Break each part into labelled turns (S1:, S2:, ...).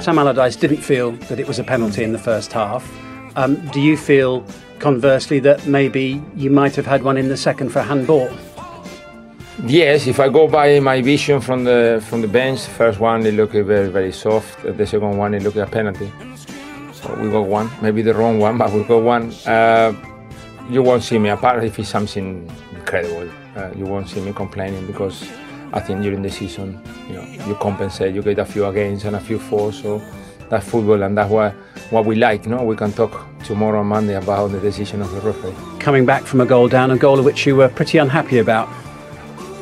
S1: Sam Allardyce didn't feel that it was a penalty in the first half. Um, do you feel, conversely, that maybe you might have had one in the second for handball?
S2: Yes, if I go by my vision from the from the bench, first one it looked very very soft. The second one it looked a penalty. So we got one, maybe the wrong one, but we got one. Uh, you won't see me apart if it's something incredible. Uh, you won't see me complaining because I think during the season, you know, you compensate. You get a few against and a few for. So that's football, and that's what what we like. No, we can talk tomorrow on Monday about the decision of the referee.
S1: Coming back from a goal down, a goal of which you were pretty unhappy about.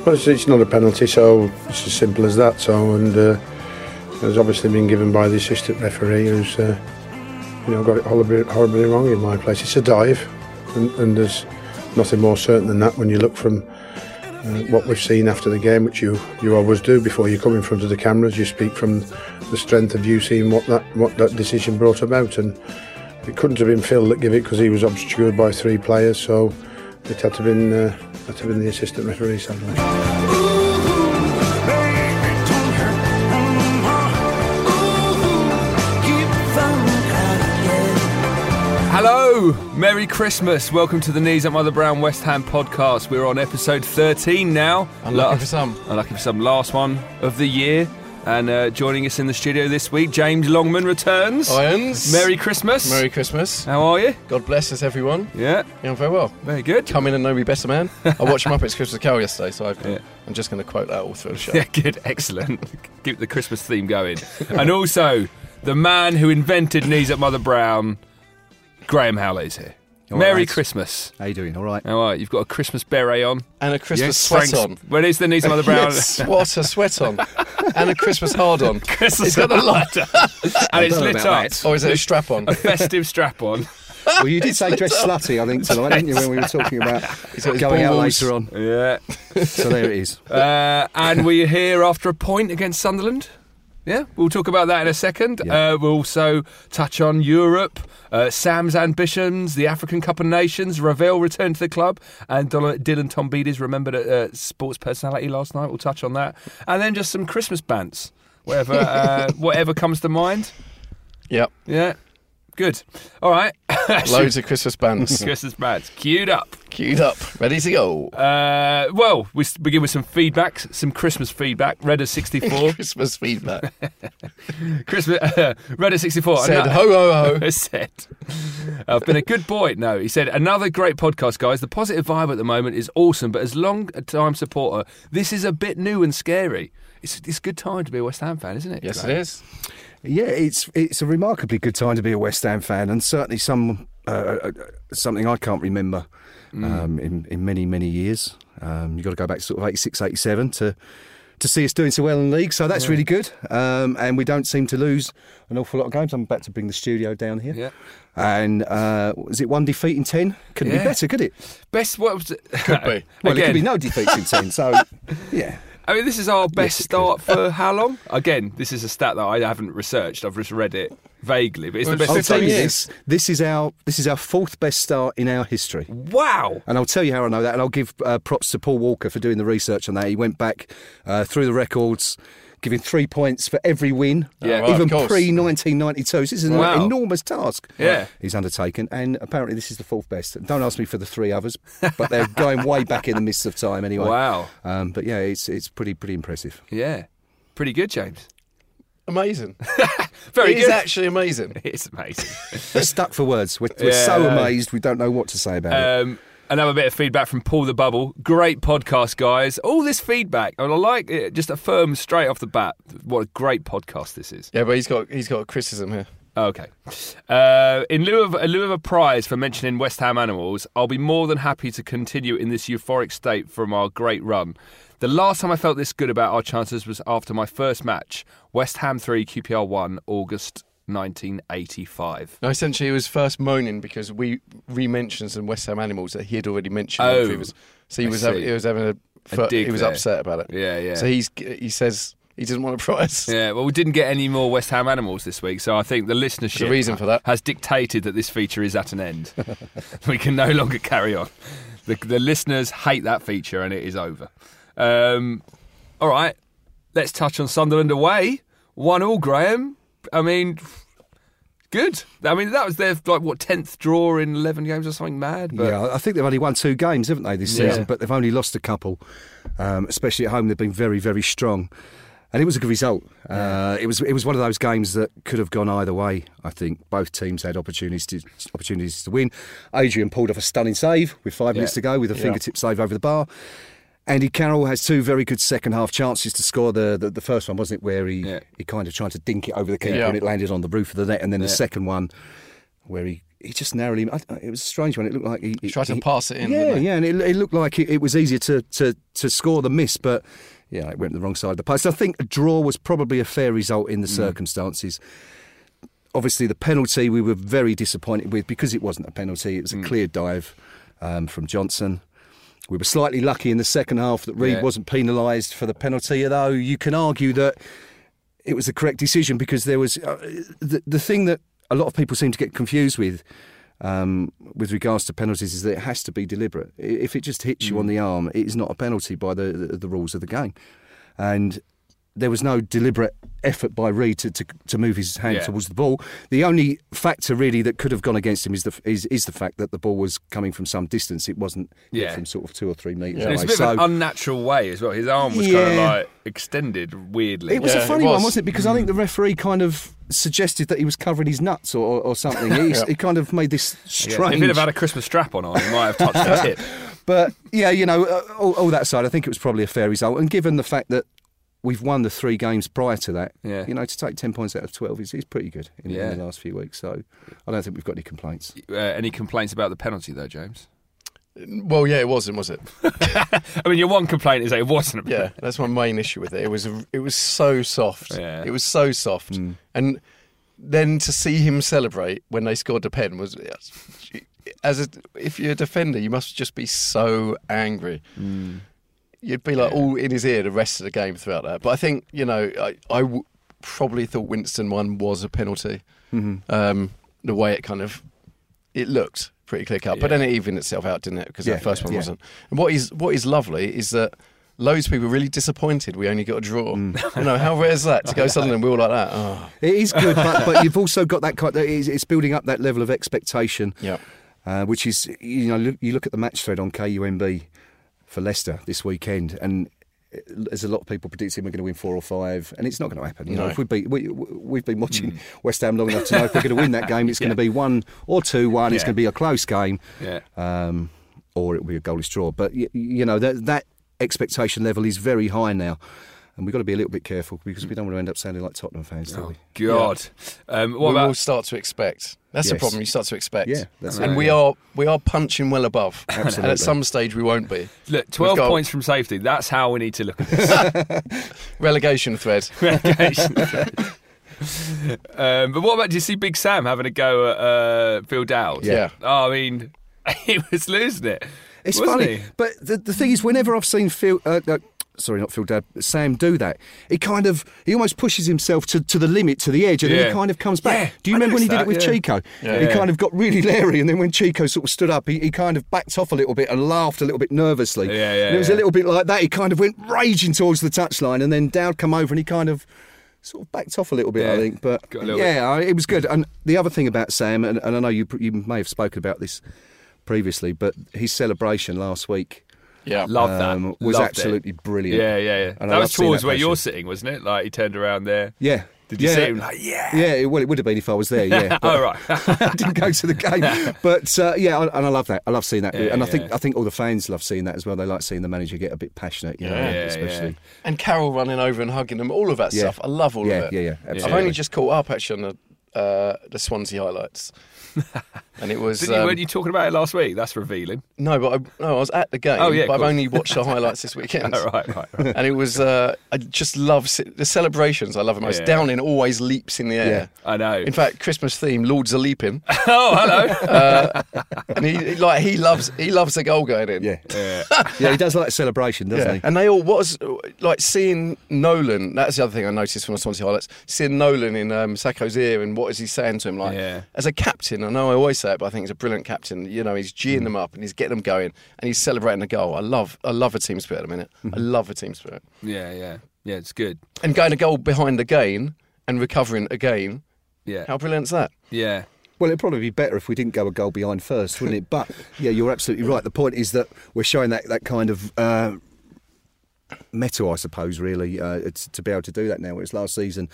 S3: Well, it's, it's not a penalty, so it's as simple as that. So, and uh, it's obviously been given by the assistant referee, who's uh, you know got it horribly, horribly wrong in my place. It's a dive, and, and there's nothing more certain than that when you look from uh, what we've seen after the game, which you, you always do before you come in front of the cameras, you speak from the strength of you seeing what that what that decision brought about, and it couldn't have been Phil that gave it because he was obscured by three players, so it had to have been uh, had to have been the assistant referee sadly.
S4: Hello, Merry Christmas. Welcome to the Knees Up Mother Brown West Ham podcast. We're on episode 13 now.
S5: Unlucky for some.
S4: Unlucky for some. Last one of the year. And uh, joining us in the studio this week, James Longman returns.
S5: Irons.
S4: Merry Christmas.
S5: Oh, Merry Christmas.
S4: How are you?
S5: God bless us, everyone.
S4: Yeah,
S5: Yeah, I'm very well.
S4: very good.
S5: Come in and know me better, man. I watched Muppets Christmas Carol yesterday, so I've,
S4: Yeah.
S5: I'm just going to quote that all through the show.
S4: Yeah, good. Excellent. Keep the Christmas theme going. and also, the man who invented Knees Up Mother Brown, Graham Howley's here. Merry
S6: right.
S4: Christmas.
S6: How you doing? All right.
S4: All right, you've got a Christmas beret on.
S5: And a Christmas
S4: Yes,
S5: sweat
S4: Frank's-
S5: on.
S4: Well, it's the Knees Up Mother Brown.
S5: Um, Yes, what a sweat on. and a Christmas hard on.
S4: Christmas it's got the lighter. and it's
S6: know
S4: lit
S6: about
S4: up.
S6: that.
S5: Or is it a strap on?
S4: A festive strap on.
S6: Well, you did say dress slutty, I think, tonight, didn't you, when we were talking about
S5: got his
S6: going out
S5: balls.
S6: later on?
S4: Yeah.
S6: So there it is.
S4: Uh, and we're here after a point against Sunderland. Yeah, we'll talk about that in a second.
S6: Yeah.
S4: Uh, we'll also touch on Europe, uh, Sam's ambitions, the African Cup of Nations, Ravel returned to the club, and Dol- Dylan Tombides remembered at uh, Sports Personality last night. We'll touch on that. And then just some Christmas bants, whatever, uh, whatever comes to mind.
S5: Yep.
S4: Yeah, good. All right.
S5: Loads of Christmas bands.
S4: Christmas bants. Queued up.
S5: Queued up. Ready to go.
S4: Uh, well, we s- begin with some feedback, some Christmas feedback. Redder 64.
S5: Christmas feedback.
S4: Christmas. Redder 64.
S5: Said
S4: ano-
S5: ho ho ho.
S4: said, I've been a good boy. No, he said, another great podcast, guys. The positive vibe at the moment is awesome, but as long a time supporter, this is a bit new and scary. It's, it's a good time to be a West Ham fan, isn't it?
S5: Yes, it
S4: Graham?
S5: is.
S6: Yeah, it's it's a remarkably good time to be a West Ham fan, and certainly some uh, uh, something I can't remember um, in in many many years. Um, you've got to go back to sort of 86, 87 to to see us doing so well in the league. So that's really good, um, and we don't seem to lose an awful lot of games. I'm about to bring the studio down here,
S4: Yeah.
S6: and uh, was it one defeat in ten? Couldn't
S4: Yeah.
S6: be better, could it?
S4: Best. What was it?
S5: Could be.
S6: Well, it
S4: Again.
S6: could be no defeats in ten. So yeah,
S4: I mean, this is our best start for how long? Again, this is a stat that I haven't researched. I've just read it vaguely, but it's the best.
S6: I'll
S5: Fifteen
S6: tell you
S5: years.
S6: this: this is our this is our fourth best start in our history.
S4: Wow.
S6: And I'll tell you how I know that. And I'll give uh, props to Paul Walker for doing the research on that. He went back uh, through the records, giving three points for every win, uh,
S4: Yeah.
S5: Right,
S6: even
S5: of course.
S6: pre 1992. This is an
S4: Wow.
S6: enormous task
S4: Yeah.
S6: he's undertaken. And apparently, this is the fourth best. Don't ask me for the three others, but they're going way back in the mists of time anyway.
S4: Wow.
S6: Um, but yeah, it's it's pretty pretty impressive.
S4: Yeah. Pretty good, James.
S5: Amazing.
S4: Very
S5: it
S4: good.
S5: is actually amazing.
S4: it's amazing.
S6: We're stuck for words. We're, we're so
S4: Yeah.
S6: amazed we don't know what to say about it.
S4: Um, another bit of feedback from Paul the Bubble. Great podcast, guys. All this feedback, and I like it. Just affirms straight off the bat what a great podcast this is.
S5: Yeah, but he's got he's got a criticism here.
S4: Okay. Uh, in lieu of in lieu of a prize for mentioning West Ham Animals, I'll be more than happy to continue in this euphoric state from our great run. The last time I felt this good about our chances was after my first match, West Ham three, QPR one, August nineteen eighty five.
S5: No, essentially, he was first moaning because we re-mentioned some West Ham animals that he had already mentioned.
S4: Oh,
S5: he was, so he
S4: I
S5: was,
S4: see.
S5: having, he was having a, fir-
S4: dig
S5: he was
S4: there.
S5: upset about it.
S4: Yeah, yeah.
S5: So he's he says he doesn't want a prize.
S4: Yeah, well, we didn't get any more West Ham animals this week, so I think the listenership
S5: There's a reason for that.
S4: has dictated that this feature is at an end. we can no longer carry on. The, the listeners hate that feature, and it is over. Um, all right, let's touch on Sunderland away. One all, Graham. I mean, good. I mean, that was their like what tenth draw in eleven games or something mad. But
S6: yeah, I think they've only won two games, haven't they, this
S4: Yeah.
S6: season? But they've only lost a couple, um, especially at home. They've been very, very strong, and it was a good result. Uh, it was it was one of those games that could have gone either way. I think both teams had opportunities to opportunities to win. Adrian pulled off a stunning save with five minutes to go with a fingertip save over the bar. Andy Carroll has two very good second half chances to score. The the, the first one wasn't it, where he,
S4: Yeah.
S6: he kind of tried to dink it over the keeper
S5: Yeah.
S6: and it landed on the roof of the net, and then the second one where he, he just narrowly. I, it was a strange one. It looked like he,
S5: He tried to
S6: he-
S5: pass it in,
S6: Yeah,
S5: didn't he?
S6: yeah, and it, it looked like it, it was easier to, to to score the miss, but yeah, it went the wrong side of the post. I think a draw was probably a fair result in the circumstances. Obviously, the penalty we were very disappointed with because it wasn't a penalty; it was a clear dive um, from Johnson. We were slightly lucky in the second half that Reed
S4: Yeah.
S6: wasn't penalised for the penalty, although you can argue that it was the correct decision because there was uh, the, the thing that a lot of people seem to get confused with um, with regards to penalties is that it has to be deliberate. I- If it just hits you
S4: Mm.
S6: on the arm, it is not a penalty by the, the, the rules of the game. And there was no deliberate effort by Reed to, to, to move his hand
S4: Yeah.
S6: towards the ball. The only factor really that could have gone against him is the is, is the fact that the ball was coming from some distance. It wasn't hit
S4: Yeah.
S6: from sort of two or three metres
S4: And it
S6: away.
S4: was a bit of
S6: So-
S4: an unnatural way as well. His arm was kind
S6: Yeah.
S4: of like extended weirdly.
S6: It was
S5: Yeah,
S6: a
S5: it
S6: funny one,
S5: was.
S6: wasn't it? Because I
S4: Mm.
S6: think the referee kind of suggested that he was covering his nuts or, or, or something. He, he kind of made this
S4: Yeah.
S6: strange.
S4: If he'd have had a Christmas strap on, he might have touched the tip.
S6: But yeah, you know, uh, all, all that aside, I think it was probably a fair result. And given the fact that we've won the three games prior to that,
S4: Yeah.
S6: you know, to take 10 points out of 12 is, is pretty good in, in
S4: Yeah.
S6: the last few weeks. So I don't think we've got any complaints.
S4: Uh, any complaints about the penalty though, James?
S5: Well, yeah, it wasn't, was it?
S4: I mean, your one complaint is that it wasn't. a
S5: Yeah, that's my main issue with it. It was it was so soft.
S4: Yeah. Mm.
S5: It was so soft, and then to see him celebrate when they scored the pen was, as a, if you're a defender, you must just be so angry. You'd be like all in his ear the rest of the game throughout that. But I think you know I I w- probably thought Winston one was a penalty.
S6: Mm-hmm.
S5: Um, the way it kind of it looked pretty clear cut, but then it evened itself out, didn't it? Because
S6: Yeah,
S5: that first one
S6: yeah.
S5: wasn't. And what is what is lovely is that loads of people were really disappointed we only got a draw.
S6: Mm.
S5: you know how rare is that to go Sunderland? We all like that. Oh,
S6: It is good, but, but you've also got that kind of, it's, it's building up that level of expectation.
S5: yeah,
S6: uh, which is you know look, you look at the match thread on KUMB for Leicester this weekend, and it- there's a lot of people predicting we're going to win four or five, and it's not going to happen. You know,
S5: No.
S6: if we beat, we, we've been watching West Ham long enough to know if we're going to win that game, it's going to be one or two one. It's
S4: Yeah.
S6: going to be a close game,
S4: Yeah.
S6: um, or it will be a goalless draw. But y- you know that that expectation level is very high now. And we've got to be a little bit careful because we don't want to end up sounding like Tottenham fans, do
S4: Oh,
S6: we?
S4: God. Um, what
S5: we
S4: about
S5: all start to expect. That's the
S6: Yes.
S5: problem. You start to expect.
S6: Yeah, that's
S5: and
S6: it,
S5: we
S6: yeah.
S5: are we are punching well above. And
S6: Absolutely.
S5: at some stage we won't be.
S4: Look, 12
S5: got-
S4: points from safety. That's how we need to look at
S5: Relegation thread.
S4: relegation. um, but what about, do you see Big Sam having a go at uh, Phil Dowd?
S5: Yeah.
S4: Oh, I mean, he was losing it.
S6: It's
S4: wasn't
S6: funny,
S4: Oh, He?
S6: but the, the thing is, whenever I've seen Phil, uh, uh, sorry, not Phil Dad, Sam do that, he kind of he almost pushes himself to, to the limit, to the edge, and then
S4: Yeah.
S6: he kind of comes back.
S4: Yeah,
S6: do you
S4: I
S6: remember when he did
S4: noticed
S6: it with
S4: that, yeah.
S6: Chico?
S5: Yeah.
S6: He
S5: Yeah.
S6: kind of got really leery, and then when Chico sort of stood up, he, he kind of backed off a little bit and laughed a little bit nervously.
S4: Yeah, yeah,
S6: And it was
S4: yeah.
S6: a little bit like that. He kind of went raging towards the touchline, and then Dowd come over and he kind of. Sort of backed off a little bit,
S4: Yeah.
S6: I think, but
S4: Got a
S6: yeah,
S4: little bit.
S6: I- it was good. And the other thing about Sam, and, and I know you pr- you may have spoken about this previously, but his celebration last week
S5: Yeah.
S4: Love that.
S6: um, was
S4: Loved it.
S6: absolutely brilliant.
S4: Yeah, yeah, yeah.
S6: And I
S4: that
S6: love
S4: was
S6: seeing
S4: towards
S6: that
S4: where
S6: passion.
S4: you're sitting, wasn't it? Like, he turned around there.
S6: Yeah.
S4: Did you
S6: yeah.
S4: see him? Like, yeah.
S6: Yeah, it, well, it would have been if I was there. Yeah, but
S4: Oh, right.
S6: I didn't go to the game. But uh, yeah, I- and I love that. I love seeing that,
S4: Yeah,
S6: and I think
S4: yeah.
S6: I think all the fans love seeing that as well. They like seeing the manager get a bit passionate, you know,
S5: Yeah,
S4: yeah.
S6: especially.
S5: And Carol running over and hugging them, all of that
S6: Yeah.
S5: stuff. I love all
S6: Yeah,
S5: of it.
S6: yeah, yeah,
S5: I've
S6: absolutely.
S5: only just caught up actually on the uh, the Swansea highlights, and it was
S4: Didn't you,
S5: um,
S4: weren't you talking about it last week? That's revealing.
S5: no, but I, no, I was at the game.
S4: Oh, yeah,
S5: but I've
S4: cool.
S5: only watched the highlights this weekend.
S4: Oh, right, right, right.
S5: And it was, uh, I just love ce- the celebrations. I love it most.
S4: Yeah.
S5: Downing always leaps in the air.
S4: I know.
S5: In fact, Christmas theme, Lords are leaping,
S4: oh, hello.
S5: and he like he loves he loves the goal going in.
S6: Yeah, yeah, he does like a celebration, doesn't he?
S5: And they all was like seeing Nolan. That's the other thing I noticed from the Swansea highlights. Seeing Nolan in um, Sacco's ear and what is he saying to him? Like
S4: Yeah.
S5: as a captain, I know I always say it, but I think he's a brilliant captain. You know, he's geeing them up and he's getting them going and he's celebrating the goal. I love I love a team spirit at the minute. I love a team spirit.
S4: yeah, yeah. Yeah, it's good.
S5: And going a goal behind again and recovering a game.
S4: Yeah.
S5: How brilliant's that?
S4: Yeah.
S6: Well, it'd probably be better if we didn't go a goal behind first, wouldn't it? But yeah, you're absolutely right. The point is that we're showing that, that kind of uh, metal, I suppose, really, uh, it's, to be able to do that now. Whereas last season,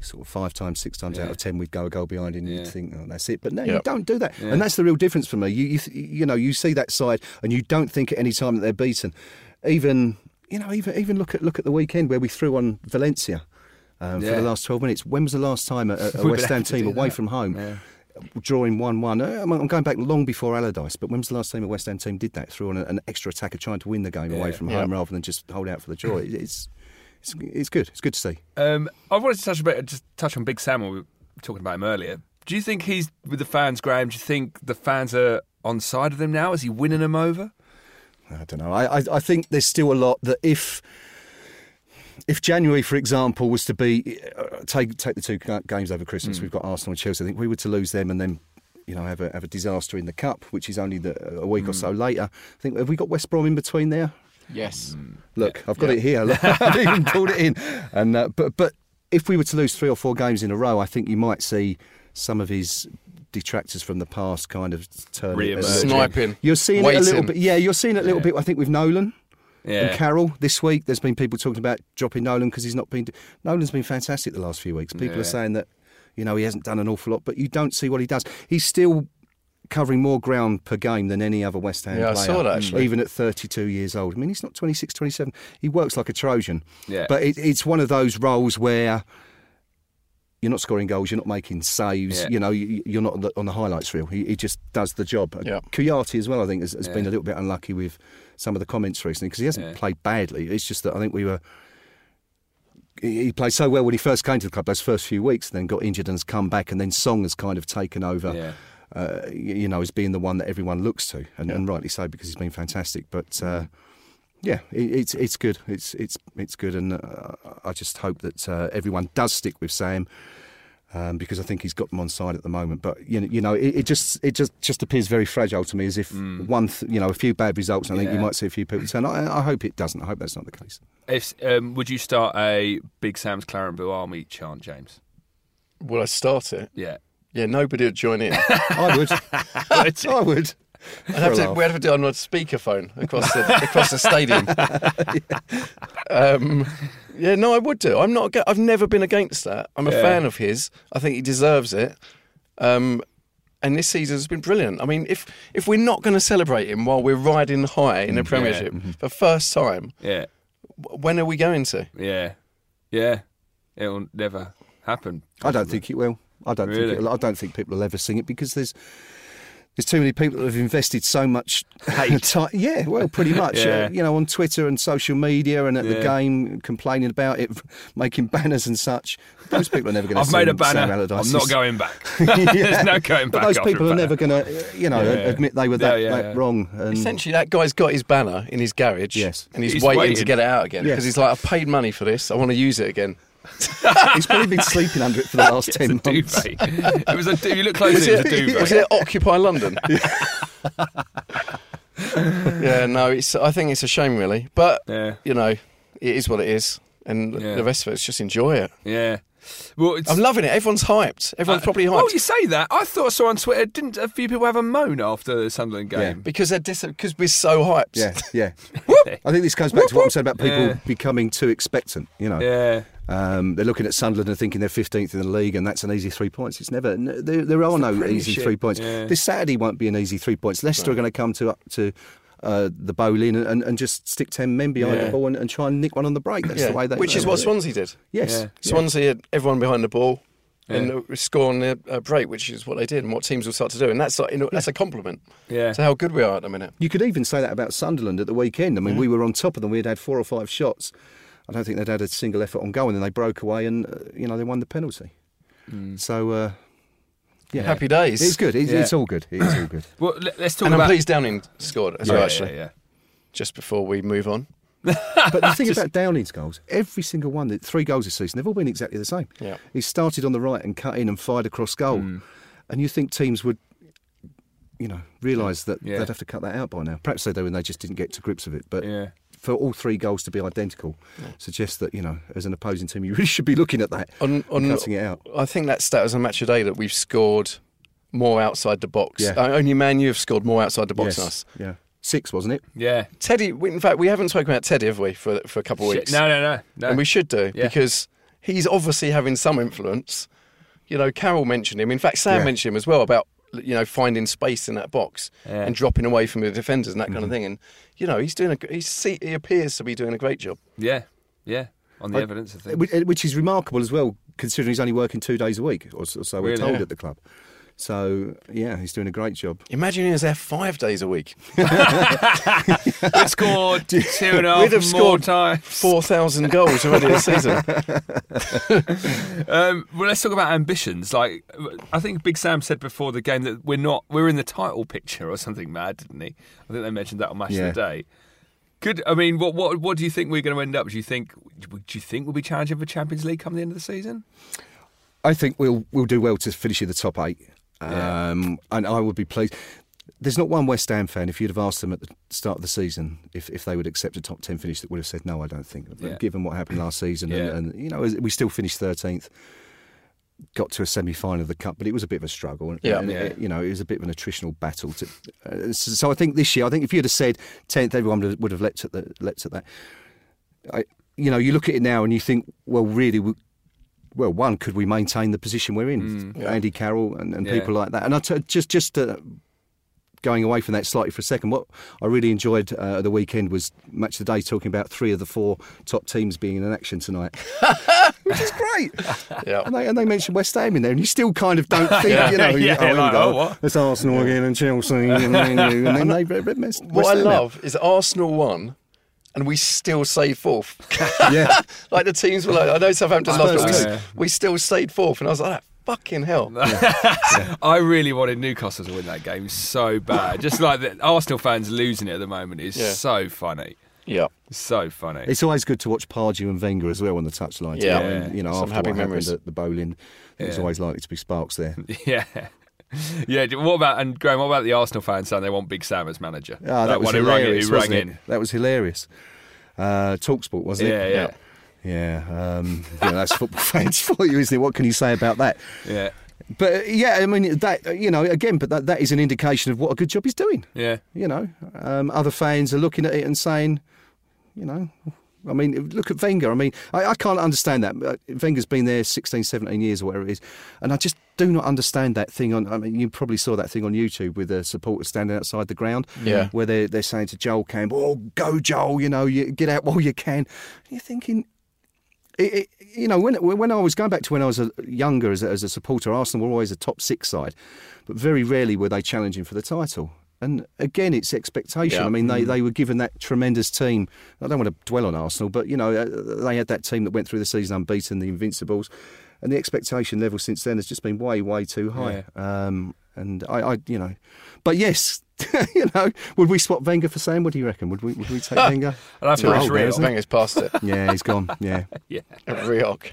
S6: sort of five times, six times out of ten, we'd go a goal behind and you'd think, oh, that's it. But no, you
S5: Yep.
S6: don't do that. And that's the real difference for me. You, you, th- you know, you see that side and you don't think at any time that they're beaten. Even, you know, even, even look at look at the weekend where we threw on Valencia. Um, For
S4: Yeah.
S6: the last 12 minutes. When was the last time a, a- a
S4: We'd
S6: West Ham
S4: have to
S6: team
S4: do
S6: away
S4: that.
S6: from home
S4: Yeah.
S6: drawing 1 1. I'm going back long before Allardyce, but when was the last time a West Ham team did that? Threw on a- an extra attacker trying to win the game away from
S5: Yeah.
S6: home rather than just hold out for the draw. It- It's, it's, it's good. It's good to see.
S4: Um, I wanted to touch a bit, just touch on Big Sam. when We were talking about him earlier. Do you think he's with the fans, Graham? Do you think the fans are on side of him now? Is he winning them over?
S6: I don't know. I, I, I think there's still a lot that if if January, for example, was to be uh, take take the two ga- games over Christmas, we've got Arsenal and Chelsea. I think we were to lose them and then you know have a have a disaster in the cup, which is only the, a week or so later. I think have we got West Brom in between there?
S5: Yes.
S6: Look, I've got it here. Look, I've even pulled it in. And uh, but but if we were to lose three or four games in a row, I think you might see some of his detractors from the past kind of turn it-
S4: Re-emerge.
S5: Sniping.
S6: You're seeing it a little
S5: Waiting.
S6: bit. Yeah, you're seeing it a little bit. I think with Nolan.
S4: Yeah.
S6: And Carroll this week, there's been people talking about dropping Nolan because he's not been. Nolan's been fantastic the last few weeks. People
S4: Yeah.
S6: are saying that, you know, he hasn't done an awful lot, but you don't see what he does. He's still covering more ground per game than any other West Ham
S5: Yeah, I
S6: player.
S5: saw that, actually.
S6: Even at 32 years old. I mean, he's not 26, 27. He works like a Trojan.
S4: Yeah.
S6: But it, it's one of those roles where you're not scoring goals, you're not making saves,
S4: Yeah.
S6: you know, you, you're not on the, on the highlights reel. He, he just does the job.
S5: Yeah.
S6: Kuyati as well, I think, has, has been
S4: Yeah.
S6: a little bit unlucky with some of the comments recently because he hasn't
S4: Yeah.
S6: played badly. It's just that I think we were. He he played so well when he first came to the club those first few weeks, and then got injured and has come back, and then Song has kind of taken over.
S4: Yeah.
S6: Uh, y- you know, as being the one that everyone looks to, and, and rightly so because he's been fantastic. But uh, yeah, it, it's it's good. It's it's it's good, and uh, I just hope that uh, everyone does stick with Sam um, because I think he's got them on side at the moment. But you know, you know, it, it just it just just appears very fragile to me, as if one th- you know a few bad results, and I think you
S4: Mm. Yeah.
S6: might see a few people turn. I, I hope it doesn't. I hope that's not the case.
S4: If um, would you start a Big Sam's Clarenville Army chant, James?
S5: Will I start it?
S4: Yeah.
S5: Yeah, nobody would join in.
S6: I would. I would.
S5: I'd have
S6: For a
S5: to,
S6: laugh.
S5: we'd have to do it on a speakerphone across the across the stadium. um, yeah, no, I would do. I'm not. aga- I've never been against that. I'm a
S4: Yeah.
S5: fan of his. I think he deserves it. Um, and this season has been brilliant. I mean, if if we're not going to celebrate him while we're riding high in the Premiership for first time,
S4: Yeah.
S5: w- when are we going to?
S4: Yeah. Yeah. It'll never happen.
S6: I don't think it will. I don't
S4: Really?
S6: think. It, I don't think people will ever sing it because there's there's too many people that have invested so much hate. yeah, well, pretty much. uh,
S4: Yeah.
S6: you know, on Twitter and social media and at
S4: Yeah.
S6: the game, complaining about it, making banners and such. Those people are never going to.
S4: I've made a banner. I'm not going back. There's no going back.
S6: But those
S4: after a
S6: people are
S4: banner.
S6: never going to, you know,
S4: Yeah.
S6: admit they were
S4: Yeah,
S6: that,
S4: yeah,
S6: that
S4: yeah.
S6: wrong. And
S5: Essentially, that guy's got his banner in his garage,
S6: Yes.
S5: and he's,
S4: He's
S5: waiting,
S4: waiting.
S5: to get it out again because
S6: Yes.
S5: he's like, "I paid money for this. I want to use it again."
S6: he's probably been sleeping under it for the last
S4: It's a
S6: ten months.
S4: duvet. it was a. du- You look close.
S5: Was
S4: It was a
S5: it,
S4: duvet.
S5: was it Occupy London? yeah, no, it's. I think it's a shame, really. But
S4: Yeah.
S5: you know, it is what it is, and
S4: Yeah.
S5: the rest of it's just enjoy it.
S4: Yeah. Well, it's,
S5: I'm loving it. Everyone's hyped. Everyone's probably hyped
S4: Uh, Well, you say that. I thought I saw on Twitter. Didn't a few people have a moan after the Sunderland game?
S5: because they're dis- because we're so hyped.
S6: Yeah, yeah. I think this goes back to what I'm saying about people
S4: Yeah.
S6: becoming too expectant. You know,
S4: Yeah.
S6: Um, they're looking at Sunderland and thinking they're 15th in the league, and that's an easy three points. It's never. n- There, there are no easy
S4: Premiership.
S6: three points.
S4: Yeah.
S6: This Saturday won't be an easy three points. Leicester are going to come to up to uh, the bowling and, and, and just stick 10 men behind
S4: Yeah.
S6: the ball and, and try and nick one on the break. That's
S5: Yeah.
S6: the way they.
S5: which is
S6: they
S5: what
S6: do it.
S5: Swansea did.
S6: Yes.
S4: Yeah.
S5: Swansea had everyone behind the ball. And uh, score on the uh, break, which is what they did, and what teams will start to do, and that's like, you know, that's a compliment
S4: Yeah.
S5: to how good we are at the minute.
S6: You could even say that about Sunderland at the weekend. I mean, we were on top of them. We had had four or five shots. I don't think they'd had a single effort on goal, and then they broke away, and uh, you know they won the penalty. So uh, yeah,
S5: Hmm. Happy days.
S6: It's good. It's,
S4: Yeah.
S6: it's all good. It's all good.
S4: Well, let, us talk
S5: And I'm
S4: about.
S5: pleased Downing scored as
S4: yeah,
S5: well,
S4: yeah,
S5: actually.
S4: yeah.
S5: Just before we move on.
S6: But the thing about Downing's goals, every single one, the three goals this season, they've all been exactly the same.
S5: Yeah. Mm.
S6: He started on the right and cut in and fired across goal. And you think teams would, you know, realise that
S4: Yeah.
S6: they'd have to cut that out by now. Perhaps they do and they just didn't get to grips of it. But
S4: Yeah.
S6: for all three goals to be identical suggests that you know as an opposing team you really should be looking at that
S5: On, on,
S6: and cutting it out.
S5: I think that stat was a match a day that we've scored more outside the box.
S6: Yeah.
S5: Uh, only Man U have scored more outside the box
S6: Yes.
S5: than us.
S6: Yeah. Six wasn't it?
S4: Yeah.
S5: Teddy, we, in fact, we haven't spoken about Teddy, have we, for, for a couple of
S4: Shit,
S5: weeks?
S4: No, no, no. no.
S5: And we should do
S4: Yeah.
S5: because he's obviously having some influence. You know, Carol mentioned him. In fact, Sam
S6: Yeah.
S5: mentioned him as well about you know finding space in that box
S4: Yeah.
S5: and dropping away from the defenders and that
S6: Mm-hmm.
S5: kind of thing. And you know, he's doing a gr- he's, see- he appears to be doing a great job.
S4: yeah. Yeah. On the
S6: I-
S4: evidence, I think.
S6: Whi- uh, which is remarkable as well, considering he's only working two days a week, or s- or so we're
S4: Really?
S6: told
S4: Yeah.
S6: at the club. So yeah, he's doing a great job.
S5: Imagine he was there five days a week.
S4: We'd scored two and a half
S5: We'd have
S4: more
S5: scored
S4: times.
S5: Four thousand goals already this season.
S4: Um, well, let's talk about ambitions. Like, I think Big Sam said before the game that we're not we're in the title picture or something mad, didn't he? I think they mentioned that on Match
S6: Yeah.
S4: of the Day. Could I mean, what what what do you think we're going to end up? Do you think do you think we'll be challenging for Champions League come the end of the season?
S6: I think we'll we'll do well to finish in the top eight, um,
S4: Yeah.
S6: and I would be pleased. There's not one West Ham fan. If you'd have asked them at the start of the season if, if they would accept a top ten finish, that would have said no. I don't think. But
S4: Yeah.
S6: given what happened last season,
S4: Yeah.
S6: and, and you know as- we still finished thirteenth, got to a semi final of the cup, but it was a bit of a struggle. and-
S5: Yeah.
S6: and it-
S4: Yeah.
S6: you know it was a bit of an attritional battle. To, uh, so, so I think this year, I think if you'd have said tenth, everyone would have, would have leapt at the leapt at that. I, you know, you look at it now and you think, well, really, we, well, one, could we maintain the position we're in? Andy Carroll and, and
S4: Yeah.
S6: people like that. And I t- just just uh, going away from that slightly for a second, what I really enjoyed uh, the weekend was Match of the Day talking about three of the four top teams being in action tonight, which is great.
S5: yeah.
S6: And they, and they mentioned West Ham in there, and you still kind of don't think, you know,
S4: Yeah,
S6: you know,
S4: like,
S6: oh,
S4: oh, what?
S6: it's Arsenal again and Chelsea and Man U, and then they they messed
S5: What
S6: West
S5: I
S6: Ham out.
S5: love is Arsenal won, and we still stay fourth.
S6: yeah.
S5: like the teams were like, I know Southampton lost, but we,
S6: Spurs
S5: s- we still stayed fourth, and I was like, "Ah, fucking hell.
S4: I really wanted Newcastle to win that game so bad. Just like the Arsenal fans losing it at the moment is
S5: Yeah.
S4: so funny,
S5: Yeah.
S4: so funny.
S6: It's always good to watch Pardew and Wenger as well on the touchline.
S5: Yeah.
S6: together, and, you know,
S5: Some
S6: after
S5: happy
S6: what
S5: memories.
S6: happened at the bowling, there's
S4: Yeah.
S6: always likely to be sparks there.
S4: yeah. Yeah, what about and Graham? What about the Arsenal fans saying they want Big Sam as manager?
S6: Ah, that, was
S4: one who rang, in-
S6: hilarious.
S4: who rang
S6: wasn't it?
S4: in.
S6: That was hilarious. Uh, Talksport, wasn't
S4: Yeah,
S6: it?
S4: yeah,
S6: yeah. Yeah, um, you know, that's football fans for you, isn't it? What can you say about that?
S4: yeah,
S6: But uh, yeah, I mean that uh, you know again, but that, that is an indication of what a good job he's doing.
S4: yeah.
S6: You know, um, other fans are looking at it and saying, you know, I mean, look at Wenger. I mean, I, I can't understand that. Uh, Wenger's been there 16, 17 years or whatever it is, and I just do not understand that thing on. I mean, you probably saw that thing on YouTube with the supporters standing outside the ground,
S5: Yeah.
S6: where they're they're saying to Joel Campbell, "Oh, go Joel! You know, you get out while you can." And you're thinking, it, it, you know, when when I was going back to when I was a, younger as a, as a supporter, Arsenal were always a top six side, but very rarely were they challenging for the title. And again, it's expectation.
S5: Yeah.
S6: I mean, they,
S4: Mm.
S6: they were given that tremendous team. I don't want to dwell on Arsenal, but you know, uh, they had that team that went through the season unbeaten, the Invincibles, and the expectation level since then has just been way, way too high. Um, and I, I, you know, but yes, you know, would we swap Wenger for Sam? What do you reckon? Would we? Would we take Wenger?
S4: I'll have to
S6: No,
S4: reach
S6: there
S4: real.
S6: isn't.
S5: Wenger's past it.
S6: Yeah, he's gone. Yeah,
S4: Yeah.
S5: Every hog.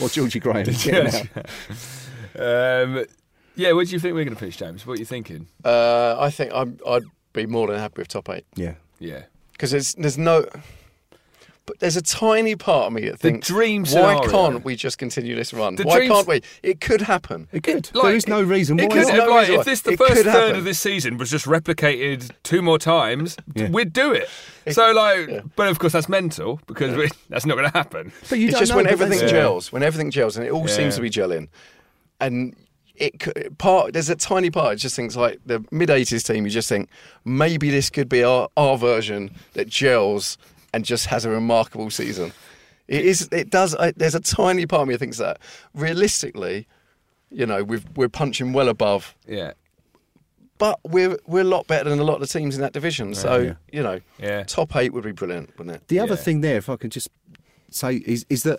S6: or Georgie Graham. Get him out.
S4: Um, yeah, where do you think we're going to finish, James? What are you thinking?
S5: Uh, I think I'm, I'd be more than happy with top eight
S6: Yeah.
S4: Yeah.
S5: because there's, there's no. But there's a tiny part of me that
S4: The
S5: thinks,
S4: dream
S5: why
S4: scenario.
S5: can't we just continue this run?
S4: The
S5: why
S4: dreams-
S5: can't we? It could happen.
S6: It could.
S4: like,
S6: there is no reason
S4: It
S6: why.
S4: could,
S5: not?
S6: not.
S5: No
S4: like,
S5: reason why.
S4: if this the
S5: It
S4: first
S5: could
S4: third
S5: happen.
S4: of this season was just replicated two more times,
S6: Yeah.
S4: we'd do it. So like,
S5: yeah.
S4: but of course that's mental because we, that's not going to happen.
S6: But you
S5: it's
S6: don't
S5: just
S6: know,
S5: when
S6: but
S5: everything
S6: that's-
S5: gels, when everything gels, and it all
S4: Yeah.
S5: seems to be gelling. And it could, part there's a tiny part. It just thinks like the mid '80s team. You just think maybe this could be our our version that gels and just has a remarkable season. It is. It does. I, there's a tiny part of me that thinks that. Realistically, you know, we've, we're punching well above,
S4: Yeah.
S5: but we're we're a lot better than a lot of the teams in that division. So
S6: Yeah.
S5: you know,
S4: Yeah.
S5: top eight would be brilliant, wouldn't it?
S6: The other
S4: Yeah.
S6: thing there, if I can just say, is, is that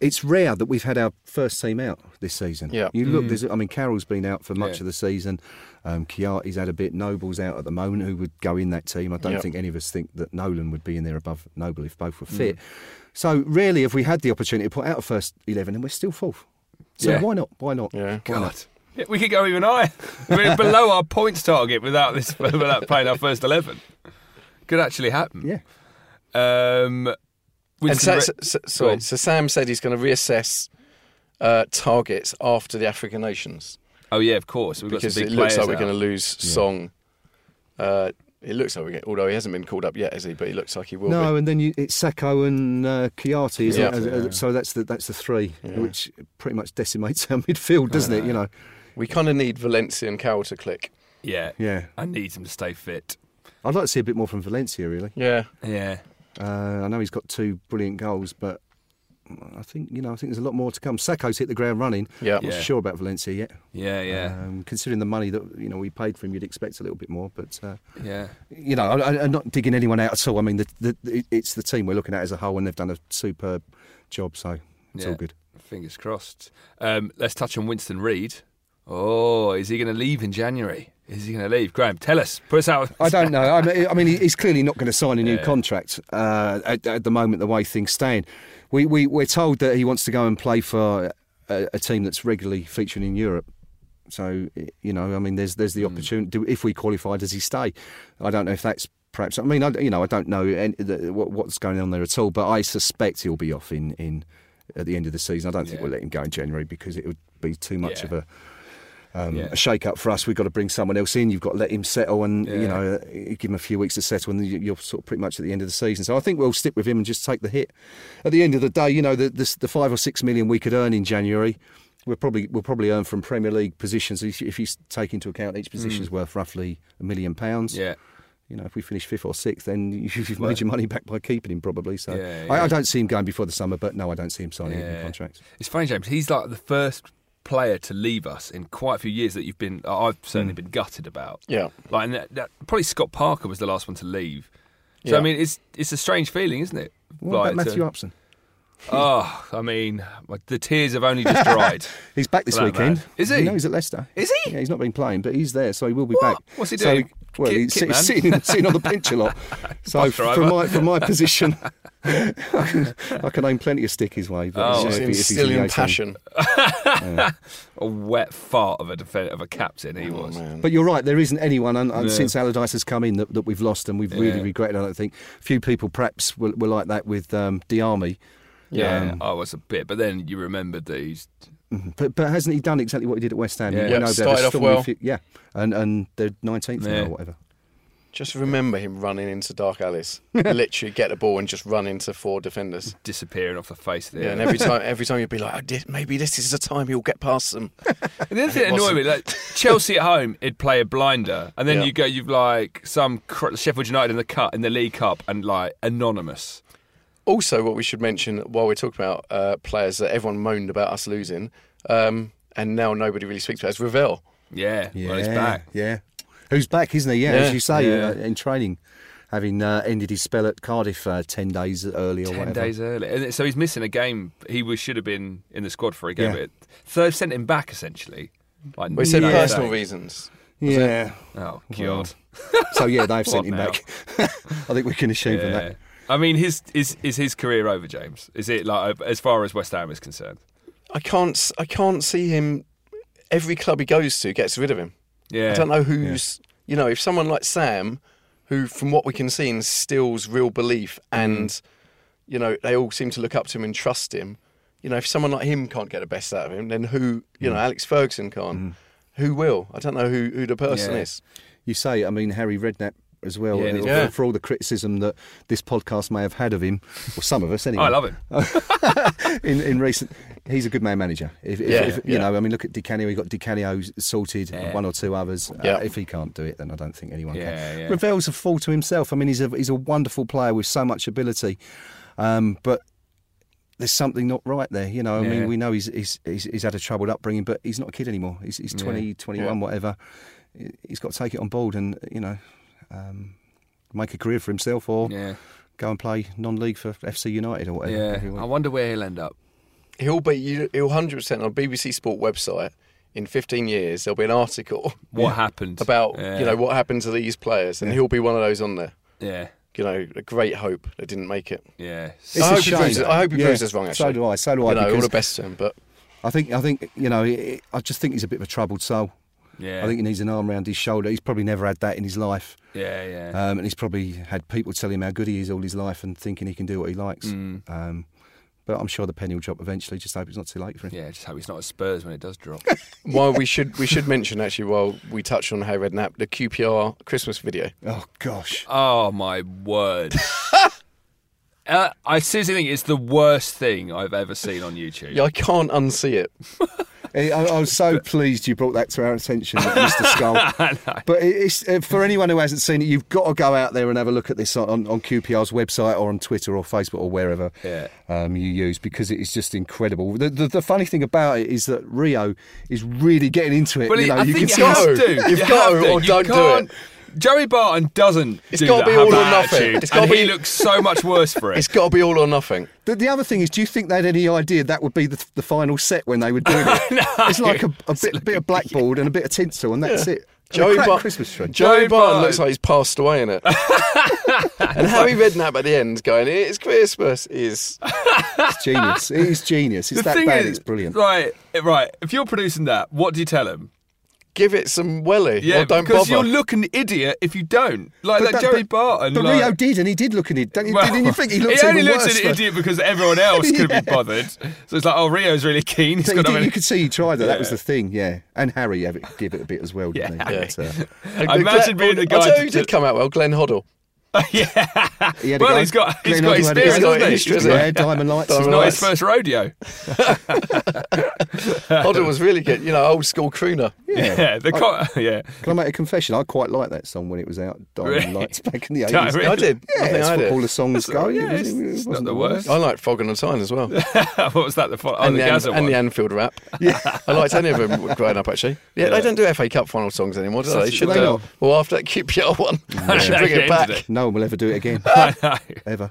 S6: it's rare that we've had our first team out this season.
S5: Yeah.
S6: You look, there's, I mean, Carroll's been out for
S4: Mm.
S6: much
S4: Yeah.
S6: of the season. Um, Chiati's had a bit. Noble's out at the moment, who would go in that team. I don't
S5: Yeah.
S6: think any of us think that Nolan would be in there above Noble if both were
S4: Mm.
S6: fit. So, really, if we had the opportunity to put out a first 11 and we're still fourth. So,
S4: Yeah.
S6: why not? Why not?
S5: Yeah.
S6: Why not?
S4: Yeah, We could go even higher. We're below our points target without this, without playing our first eleven. Could actually happen.
S6: Yeah.
S4: Um, we can
S5: And so,
S4: re-
S5: so, so,
S4: Go
S5: sorry,
S4: on.
S5: so Sam said he's going to reassess uh, targets after the African nations
S4: oh yeah, of course. We've got
S5: because
S4: some
S5: it
S4: big
S5: looks
S4: players.
S5: like we're
S4: out.
S5: going to lose Song. Uh, it looks like we're going although he hasn't been called up yet, has he? But he looks like he will
S6: No, and then you, it's Sacco and uh, Chiati, isn't
S5: Yeah.
S6: it? As- as-
S2: Yeah.
S6: So that's the that's the three, which pretty much decimates our midfield, doesn't it? You know.
S5: be. We kind of need Valencia and Cowell to click.
S4: Yeah.
S6: Yeah.
S4: I need him to stay fit.
S6: I'd like to see a bit more from Valencia, really.
S5: Yeah.
S4: Yeah.
S6: Uh, I know he's got two brilliant goals, but I think you know I think there's a lot more to come. Sacco's hit the ground running.
S5: Yeah.
S6: I'm not
S4: Yeah.
S6: sure about Valencia yet.
S4: Yeah. Yeah.
S6: Um, considering the money that you know we paid for him, you'd expect a little bit more. But uh,
S4: yeah.
S6: you know, I, I- I'm not digging anyone out at all. I mean, the, the, it- it's the team we're looking at as a whole, and they've done a superb job. So it's
S4: Yeah.
S6: all good.
S4: Fingers crossed. Um, let's touch on Winston Reed. Oh, is he going to leave in January? Is he going to leave? Graham, tell us. Put us out.
S6: I don't know. I mean, I mean he- he's clearly not going to sign a new
S4: Yeah.
S6: contract uh, at, at the moment, the way things stand. We, we, we're told that he wants to go and play for a, a team that's regularly featuring in Europe. So, you know, I mean, there's there's
S4: Hmm.
S6: the opportunity. do- If we qualify, does he stay? I don't know if that's perhaps. I mean, I, you know, I don't know any, the, what, what's going on there at all, but I suspect he'll be off in, in at the end of the season. I don't think
S4: Yeah.
S6: we'll let him go in January because it would be too much
S4: Yeah.
S6: of a um,
S4: Yeah.
S6: a shake up for us. We've got to bring someone else in. You've got to let him settle and,
S4: Yeah.
S6: you know, give him a few weeks to settle and you- you're sort of pretty much at the end of the season. So I think we'll stick with him and just take the hit. At the end of the day, you know, the, this, the five or six million we could earn in January, we'll probably, we'll probably earn from Premier League positions. If, you- if you take into account each position's worth roughly a million pounds,
S4: Mm. Yeah.
S6: you know, if we finish fifth or sixth, then you've made your money back by keeping him probably. So
S4: Yeah,
S6: I,
S4: yeah.
S6: I don't see him going before the summer, but no, I don't see him signing a
S4: Yeah.
S6: new contract.
S4: It's funny, James. He's like the first player to leave us in quite a few years that you've been. I've certainly
S6: Mm.
S4: been gutted about.
S5: Yeah.
S4: Like, and that, that, probably Scott Parker was the last one to leave. So
S5: Yeah.
S4: I mean, it's it's a strange feeling, isn't it?
S6: What
S4: Like,
S6: about Matthew
S4: to-
S6: Upson?
S4: Oh, I mean, my- the tears have only just dried.
S6: He's back this
S4: That
S6: weekend.
S4: bad. Is he?
S6: No, he's at Leicester.
S4: Is he?
S6: Yeah, he's not been playing, but he's there, so he will be
S4: What?
S6: back.
S4: What's he
S6: So
S4: doing?
S6: well,
S4: Kit- kit
S6: he's, sit-
S4: man?
S6: sitting, sitting on the bench a lot. So
S4: Bus
S6: f-
S4: driver.
S6: from my from my position, I can, I can aim plenty of stick his way. But
S4: Oh.
S6: you know,
S5: He's
S6: if he-
S5: in-
S6: if he's
S5: still
S6: the
S5: in
S6: 18.
S5: passion.
S4: a wet fart of a defen of a captain he was.
S6: But you're right. There isn't anyone, and, and
S4: No.
S6: since Allardyce has come in, that, that we've lost, and we've really
S4: Yeah.
S6: regretted. I don't think few people perhaps were, were like that with um, Diarmi.
S4: Yeah, I was a bit, but then you remembered that he's
S6: But, but hasn't he done exactly what he did at West Ham? He
S4: Yeah.
S6: went
S4: Yeah,
S6: over there,
S5: started off
S6: stormy
S5: well.
S6: few- yeah, and and they're 19th now
S4: Yeah.
S6: or whatever.
S5: Just remember him running into Dark Alice. Literally get the ball and just run into four defenders.
S4: disappearing off the face of the
S5: Yeah, and
S4: earth.
S5: every time, every time you'd be like, oh, di- maybe this is the time he'll get past them.
S4: And the other thing that annoyed me, like Chelsea at home, it'd play a blinder, and then
S5: Yeah.
S4: you go, you've like some cr- Sheffield United in the cut in the League Cup, and like anonymous.
S5: Also, what we should mention while we're talking about uh, players that everyone moaned about us losing, um, and now nobody really speaks about is Ravel.
S4: Yeah, well, he's back.
S6: Yeah. Who's back, isn't he? Yeah,
S5: Yeah.
S6: as you say,
S4: Yeah.
S6: uh, in training, having uh, ended his spell at Cardiff uh, 10 days early or
S4: Ten
S6: whatever.
S4: days early, and so he's missing a game. He was, should have been in the squad for a game.
S6: Yeah.
S4: But they've sent him back essentially. Like,
S5: We said
S4: no
S5: personal
S4: thanks.
S5: reasons.
S6: Yeah.
S4: Oh god.
S6: Well, so, yeah, they've
S4: What
S6: sent him
S4: now?
S6: back. I think we can assume from
S4: Yeah.
S6: that.
S4: I mean, his is is his career over, James? Is it like uh, as far as West Ham is concerned?
S5: I can't, s- I can't see him. Every club he goes to gets rid of him.
S4: Yeah,
S5: I don't know who's, you know, if someone like Sam, who from what we can see instills real belief,
S4: Mm-hmm.
S5: and you know they all seem to look up to him and trust him. You know, if someone like him can't get the best out of him, then who? You know,
S4: Mm.
S5: Alex Ferguson can't. Who will? I don't know who, who the person
S4: Mm-hmm. Yeah.
S5: is.
S6: You say, I mean, Harry Redknapp as well,
S4: Yeah,
S6: uh,
S5: yeah.
S6: for, for all the criticism that this podcast may have had of him, or some of us anyway.
S4: I love him.
S6: in, in recent. He's a good man manager. If, if,
S5: Yeah,
S6: if- you
S5: yeah.
S6: know, I mean, look at Di Canio. He got Di Canio sorted,
S4: Yeah.
S6: one or two others.
S5: Yeah.
S6: Uh, if he can't do it, then I don't think anyone
S4: Yeah,
S6: can.
S4: yeah.
S6: Ravel's a fool to himself. I mean, he's a he's a wonderful player with so much ability, um, but there's something not right there. You know, I
S4: Yeah.
S6: mean, we know he's he's, he's he's had a troubled upbringing, but he's not a kid anymore. He's he's 20, 21,
S5: Yeah.
S6: whatever. He's got to take it on board and you know. Um, Make a career for himself, or
S4: Yeah,
S6: go and play non-league for FC United or whatever.
S4: yeah.
S6: every week.
S4: I wonder where he'll end up.
S5: He'll be you- he'll hundred percent on BBC Sport website in fifteen years. There'll be an article
S4: What happened
S5: about
S4: Yeah.
S5: you know what happened to these players, and he'll be one of those on there.
S4: Yeah,
S5: You know, a great hope they didn't make it.
S4: yeah.
S6: It's
S5: I
S6: a
S5: hope he
S6: shame.
S5: proves it- I hope he
S6: Yeah.
S5: proves us wrong,
S6: So
S5: actually.
S6: do I. So do I.
S5: You know, all
S6: because
S5: the best to him, but
S6: I think I think you know. i I just think he's a bit of a troubled soul.
S4: Yeah.
S6: I think he needs an arm around his shoulder. He's probably never had that in his life.
S4: Yeah,
S5: Uh,
S4: yeah.
S6: Um, and he's probably had people tell him how good he is all his life and thinking he can do what he likes.
S5: Mm.
S6: Um, but I'm sure the penny will drop eventually. Just hope it's not too late for him.
S4: yeah, just hope it's not a Spurs when it does drop.
S5: While we should we should mention actually while we touch on Hey Redknapp the QPR Christmas video.
S6: Oh, gosh.
S4: oh my word. Uh, I seriously think it's the worst thing I've ever seen on YouTube.
S5: Yeah, I can't unsee it.
S6: I, I was so pleased you brought that to our attention, Mr. Skull. But it- it's, uh, for anyone who hasn't seen it, you've got to go out there and have a look at this on, on, on QPR's website or on Twitter or Facebook or wherever
S4: Yeah.
S6: um, you use because it is just incredible. The, the, the funny thing about it is that Rio is really getting into it.
S4: Well,
S6: you know,
S4: I
S6: you
S4: think
S6: can
S4: you
S6: see
S4: have
S5: it.
S4: to.
S5: You've
S4: You
S5: got
S4: have
S5: to, or don't do
S4: can't- Joey Barton doesn't.
S5: It's
S4: do
S5: gotta
S4: that,
S5: be
S4: have
S5: all or
S4: that
S5: nothing.
S4: attitude,
S5: It's gotta
S4: and he
S5: be-
S4: looks so much worse for it.
S5: It's got to be all or nothing.
S6: The, the other thing is, do you think they had any idea that would be the, the final set when they were doing it? It's like a, a bit, bit of blackboard and a bit of tinsel, and that's it. And a
S5: Joey
S6: cracked
S5: Bar-
S6: Christmas tree.
S5: Joey
S4: Joey
S5: Barton
S4: Barton.
S5: looks like he's passed away in it. and Harry Redknapp at the end going, "It's Christmas." Is
S6: It's genius. It is genius. It's that bad. it's brilliant.
S4: Right, right. If you're producing that, what do you tell him?
S5: give it some welly
S4: Yeah,
S5: or don't
S4: because
S5: bother.
S4: you'll look an idiot if you don't. Like
S6: But
S4: that,
S6: that-
S4: Joey
S6: but-
S4: Barton.
S6: But
S4: like,
S6: Rio did, and he did look an idiot. Don't you,
S4: Well,
S6: didn't you think he looked
S4: only
S6: even
S4: looks
S6: worse?
S4: an
S6: though?
S4: idiot because everyone else could be bothered. So it's like, oh, Rio's really keen. He's
S6: So you,
S4: got to
S6: did,
S4: have
S6: you
S4: an-
S6: could see he tried that. That was the thing, yeah. And Harry have it, give it a bit as well, didn't
S5: Yeah.
S6: he? But, uh,
S5: And
S4: I
S5: Glenn- oh,
S4: imagine being the
S5: I'll
S4: guy
S5: tell
S4: to-
S5: you who did come out well, Glenn Hoddle.
S4: yeah.
S6: uh, he had a
S4: well,
S6: go.
S4: he's got he's
S6: Glenn
S4: got
S6: Hoddle had a go.
S4: experience,
S5: He's got
S4: hasn't he?
S5: history, hasn't he?
S6: Yeah, Diamond Lights.
S5: Diamond
S6: as well.
S4: Not
S5: Right.
S4: his first rodeo.
S5: Hoddle was really good, you know, old school crooner.
S6: Yeah. Oh.
S4: Yeah, the co- yeah.
S6: Can I make a confession? I quite liked that song when it was out, Diamond
S4: Really?
S6: Lights, back in the 80s.
S4: Don't really-
S5: I did.
S6: Yeah,
S5: I think
S6: it's
S5: I
S6: what all
S5: did.
S6: the songs go.
S4: yeah,
S6: it was,
S4: it's-
S6: it
S4: it's not
S6: wasn't
S4: the
S5: I like Fog on the Tyne as well.
S4: what was that? The fo- oh,
S5: and,
S4: the,
S5: the,
S4: Gaza
S5: An-
S4: one.
S5: and the Anfield rap. Yeah, I liked any of them growing up. Actually, yeah, they don't do FA Cup final songs anymore,
S4: Oh,
S5: do they? Should
S6: They
S5: they?
S6: not?
S5: Well, after that QPR one, they should
S4: They
S5: bring it
S4: ended
S5: back.
S4: it.
S6: No one will ever do it again,
S4: I know.
S6: ever.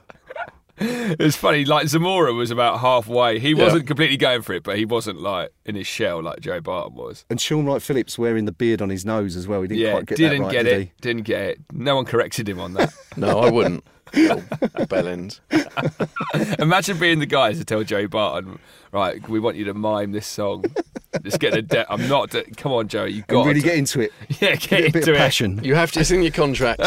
S4: It was funny. Like Zamora was about halfway. He wasn't completely going for it, but he wasn't like in his shell like Joe Barton was.
S6: And Sean Wright Phillips wearing the beard on his nose as well. He didn't
S4: yeah,
S6: quite get
S4: didn't
S6: that right,
S4: get
S6: did
S4: it. Didn't get it. No one corrected him on that.
S5: No, I wouldn't. Oh, Bellend.
S4: Imagine being the guy to tell Joe Barton, right? We want you to mime this song. Just get a de- I'm not. De- Come on, Joe. You
S6: he?
S4: got
S6: And really
S4: to-
S6: get into it.
S4: yeah, get
S6: A bit
S4: into
S6: of
S4: it.
S6: passion.
S5: You have to. It's in your contract.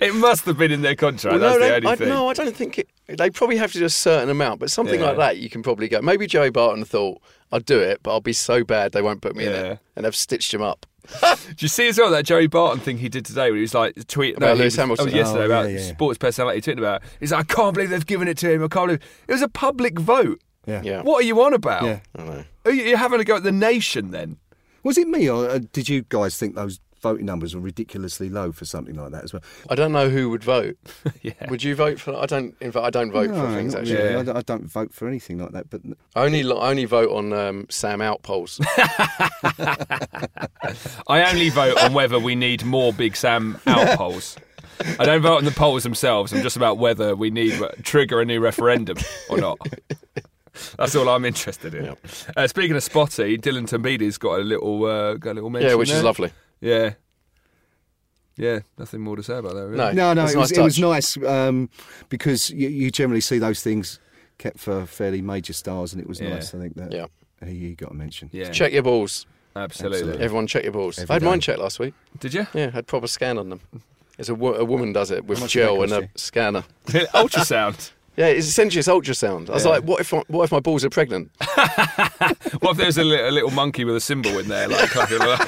S4: It must have been in their contract. That's
S5: Well, no,
S4: the
S5: they-
S4: only
S5: I,
S4: thing.
S5: no, I don't think it, they probably have to do a certain amount, but something
S4: Yeah.
S5: like that you can probably go. Maybe Joey Barton thought I'd do it, but I'll be so bad they won't put me in
S4: Yeah.
S5: it, and they've stitched him up.
S4: Do you see as well that Joey Barton thing he did today, where he was like tweeting
S5: About
S4: he
S5: Lewis
S4: was-
S5: Hamilton.
S4: Oh, yesterday
S6: Oh,
S4: about
S6: yeah, yeah.
S4: sports personality, tweeting about. it. He's like, I can't believe they've given it to him. I can't believe it was a public vote.
S6: Yeah.
S5: Yeah. Oh,
S4: What are you on about?
S6: Yeah.
S5: I don't know.
S4: Are you, you're having a go at the nation then?
S6: Was it me, or uh, did you guys think those voting numbers were ridiculously low for something like that as well?
S5: I don't know who would vote.
S4: Yeah.
S5: Would you vote for? I don't. In fact, I don't vote for things
S6: not
S5: actually.
S6: really.
S4: Yeah.
S6: I, don't, I don't vote for anything like that. But
S5: I only lo- I only vote on um, Sam out polls.
S4: I only vote on whether we need more Big Sam out polls. I don't vote on the polls themselves. I'm just about whether we need trigger a new referendum or not. That's all I'm interested in. Uh, speaking of spotty, Dylan Tambidi's got a little uh, got a little mention.
S5: yeah, which is
S4: there.
S5: lovely.
S4: Yeah. Yeah, nothing more to say about that, really.
S5: No.
S6: no, no,
S5: that's
S6: it
S5: a
S6: was,
S5: nice
S6: it was
S5: touch.
S6: nice um, because you, you generally see those things kept for fairly major stars, and it was
S4: Yeah.
S6: nice. I think that
S5: Yeah.
S6: he got a mention.
S4: Yeah,
S5: Check your balls.
S4: absolutely.
S5: Everyone, check your balls. I
S6: Every
S5: had
S6: day.
S5: mine checked last week.
S4: Did you?
S5: Yeah, had proper scan on them. It's a, wo- a woman does it with
S6: much did
S5: gel
S6: that
S5: and a
S6: cost
S5: scanner.
S4: Ultrasound.
S5: Yeah, it's essentially it's ultrasound. I was
S4: Yeah.
S5: like, what if I, what if my balls are pregnant?
S4: What if there's a, li- a little monkey with a symbol in there, like clapping along?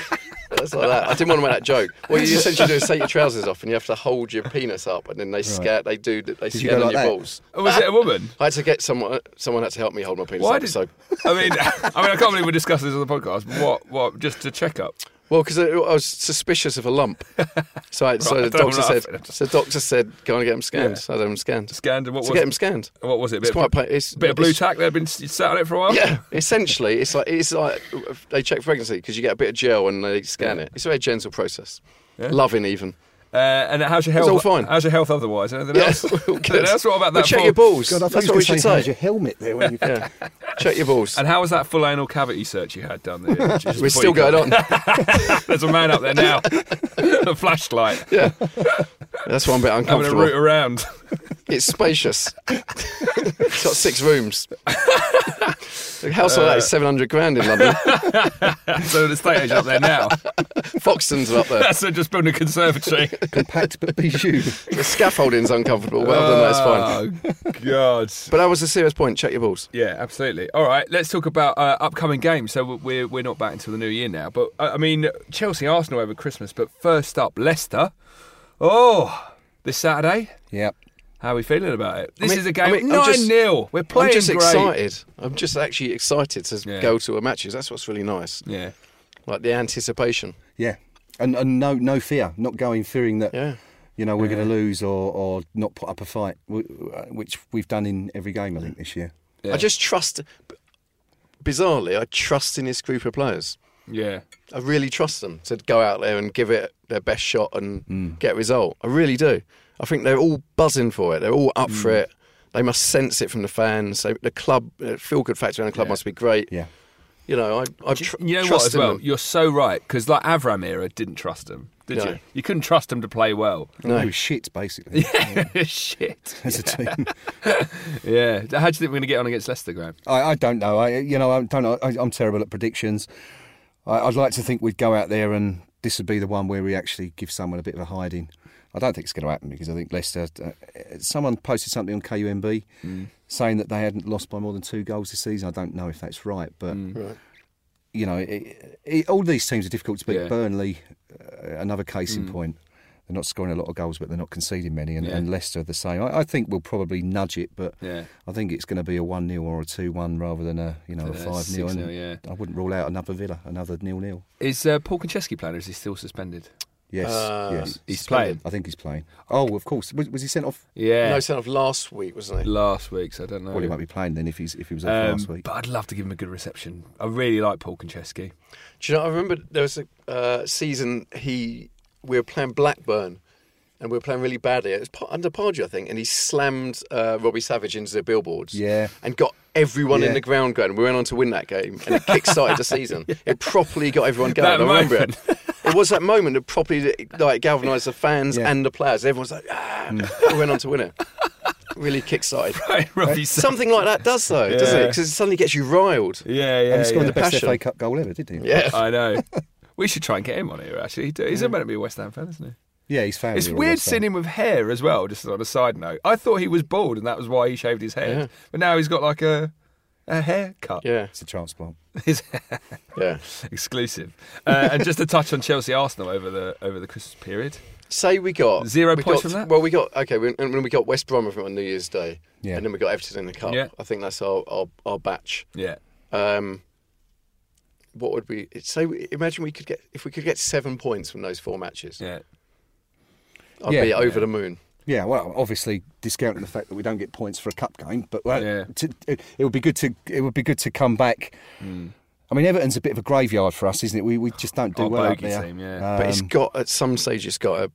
S5: That's like that. I didn't want to make that joke. What you essentially do is take your trousers off and you have to hold your penis up, and then they scat. They do. They
S6: you
S5: scan
S6: go
S5: on
S6: like
S5: your
S6: that?
S5: balls.
S4: Was it a woman?
S5: I had to get someone. Someone had to help me hold my penis
S4: Why
S5: up.
S4: did
S5: So
S4: I mean, I mean, I can't believe we're discussing this on the podcast. But what, what, just to check up?
S5: Well, because I, I was suspicious of a lump, so, I, so
S4: Right,
S5: the
S4: don't
S5: doctor
S4: laugh.
S5: said. So the doctor said, "Go and get them scanned."
S4: Yeah.
S5: So I had them scanned.
S4: Scanned and what
S5: so
S4: was
S5: get them scanned.
S4: what was it? A bit,
S5: It's quite. Plain. It's
S4: a bit of blue
S5: it's-
S4: tack that had been s- sat on it for a while.
S5: Yeah, essentially, it's like it's like they check pregnancy because you get a bit of gel and they scan it. It's a very gentle process. Loving even.
S4: Uh, and how's your health?
S5: all fine.
S4: How's your health otherwise? Anything
S5: Yeah,
S4: else?
S5: all good.
S4: Anything else? What about
S5: But
S4: that?
S5: check
S4: full-
S5: your balls.
S6: God, I
S5: That's
S6: thought you
S5: what
S6: were
S5: we
S6: saying,
S5: should say.
S6: how's your helmet there when you
S5: Yeah, check your balls.
S4: And how was that full anal cavity search you had done there? Just before
S5: We're still
S4: you got-
S5: going on.
S4: There's a man up there now. a flashlight.
S5: Yeah, that's why I'm a
S4: Having
S5: bit
S4: a
S5: uncomfortable.
S4: root around.
S5: It's spacious. it's got six rooms. The house like that is 700 grand in London.
S4: so the estate agent up there now.
S5: Foxton's are up there.
S4: That's just building a conservatory.
S6: Compact but be you.
S5: The scaffolding's uncomfortable. Well done, that's fine.
S4: Oh, God.
S5: But that was a serious point. Check your balls.
S4: Yeah, absolutely. All right, let's talk about uh, upcoming games. So we're we're not back until the new year now, but uh, I mean Chelsea, Arsenal over Christmas. But first up, Leicester. Oh, this Saturday.
S6: Yep.
S4: How are we feeling about it? This
S5: mean-
S4: is a game
S5: I mean, I'm
S4: nine
S5: just-
S4: 0 We're playing
S5: I'm just
S4: great.
S5: excited. I'm just actually excited to
S4: Yeah.
S5: go to a matches. That's what's really nice.
S4: Yeah.
S5: Like the anticipation.
S6: Yeah. And, and no no fear, not going fearing that
S5: Yeah.
S6: you know we're going to lose or, or not put up a fight, wh- which we've done in every game I think this year.
S4: Yeah.
S5: I just trust. Bizarrely, I trust in this group of players.
S4: Yeah.
S5: I really trust them to go out there and give it their best shot and
S6: Mm.
S5: get a result. I really do. I think they're all buzzing for it. They're all up for
S6: Mm.
S5: it. They must sense it from the fans. So the club, the feel good factor around the club must be great.
S6: Yeah.
S5: You know, I, I tr-
S4: You know
S5: trust
S4: what? As
S5: in
S4: well,
S5: them.
S4: you're so right because like Avram era didn't trust him, did
S5: No.
S4: you? You couldn't trust him to play well.
S5: No.
S6: We were shit basically
S4: Shit.
S6: as a team.
S4: Yeah. How do you think we're going to get on against Leicester, Graham?
S6: I, I don't know. I you know I don't know. I, I'm terrible at predictions. I, I'd like to think we'd go out there and this would be the one where we actually give someone a bit of a hiding. I don't think it's going to happen because I think Leicester. Uh, someone posted something on KUMB
S4: Mm.
S6: saying that they hadn't lost by more than two goals this season. I don't know if that's right, but
S4: Mm.
S6: you know, it, it, all these teams are difficult to beat.
S4: Yeah. Mm.
S6: Burnley, uh, another case in point. They're not scoring a lot of goals, but they're not conceding many. And,
S4: Yeah.
S6: and Leicester, are the same. I, I think we'll probably nudge it, but
S4: Yeah.
S6: I think it's going to be a one 0 or a two one rather than a you know a
S4: Uh,
S6: five 0
S4: 6-0, yeah.
S6: I wouldn't rule out another Villa, another nil nil.
S4: Is uh, Paul Konchesky playing or is he still suspended?
S6: Yes,
S5: Uh,
S6: yes.
S4: He's
S5: Suspended.
S4: playing.
S6: I think he's playing. Oh, of course. Was, was he sent off?
S4: Yeah.
S5: No, sent off last week, wasn't he?
S4: last week, so I don't know.
S6: Well, he won't be playing then if he's if he was off
S4: Oh, Um,
S6: last week.
S4: But I'd love to give him a good reception. I really like Paul Konchesky.
S5: Do you know? I remember there was a uh, season he we were playing Blackburn, and we were playing really badly. It was Pa- under Pardew, I think, and he slammed uh, Robbie Savage into the billboards.
S6: Yeah.
S5: and got everyone in
S6: Yeah.
S5: the ground going. We went on to win that game, and it kick-started the season. It properly got everyone going.
S4: That
S5: I remember
S4: moment.
S5: it. It was that moment that properly like galvanised the fans
S6: Yeah.
S5: and the players. Everyone's like, ah, we went on to win it. Really kick-started.
S4: Right, Robbie Sa-
S5: Something like that does though, doesn't it?
S4: Yeah.
S5: Because it suddenly gets you riled.
S4: Yeah, yeah.
S6: and he scored
S4: yeah.
S6: the best
S5: Passion.
S6: FA Cup goal ever, didn't he?
S5: Yeah.
S4: I know. We should try and get him on here, actually. He- He's meant to be a West Ham fan, isn't he?
S6: yeah he's family.
S4: It's
S6: or
S4: weird
S6: West Ham.
S4: seeing him with hair as well, just on a side note. I thought he was bald and that was why he shaved his head.
S5: Yeah.
S4: But now he's got like a, a haircut.
S5: Yeah.
S6: It's a transplant.
S4: His
S5: Yeah.
S4: exclusive. Uh, and just a touch on Chelsea Arsenal over the over the Christmas period.
S5: Say we got
S4: Zero
S5: we
S4: points
S5: got-
S4: from that?
S5: Well, we got okay. We, and when we got West Brom on New Year's Day,
S6: Yeah.
S5: and then we got Everton in the cup.
S4: Yeah.
S5: I think that's our our, our batch.
S4: Yeah.
S5: Um, what would we say? we- Imagine we could get if we could get seven points from those four matches.
S4: Yeah.
S5: I'd
S6: Yeah.
S5: be over the moon.
S6: Yeah, well, obviously discounting the fact that we don't get points for a cup game, but well,
S4: Yeah.
S6: to, it, it would be good to it would be good to come back.
S4: Hmm.
S6: I mean, Everton's a bit of a graveyard for us, isn't it? We we just don't do
S4: Our
S6: well out
S4: bogey
S6: there.
S4: team, yeah.
S5: But it's
S6: Um,
S5: got at some stage. It's got a.